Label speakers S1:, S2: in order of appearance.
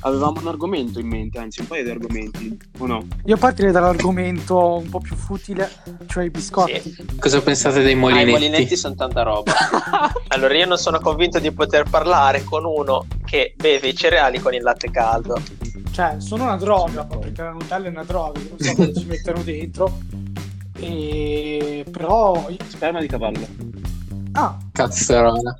S1: avevamo un argomento in mente, anzi un paio di argomenti, o no?
S2: Io partirei dall'argomento un po' più futile, cioè i biscotti.
S3: Sì. Cosa pensate dei
S4: Ah,
S3: molinetti?
S4: I molinetti sono tanta roba. allora, io non sono convinto di poter parlare con uno che beve i cereali con il latte caldo.
S2: Cioè, sono una droga, proprio, perché la Nutella è una droga, non so cosa ci mettono dentro. E... Però...
S1: Sperma di cavallo.
S2: Ah,
S3: Cazzarola.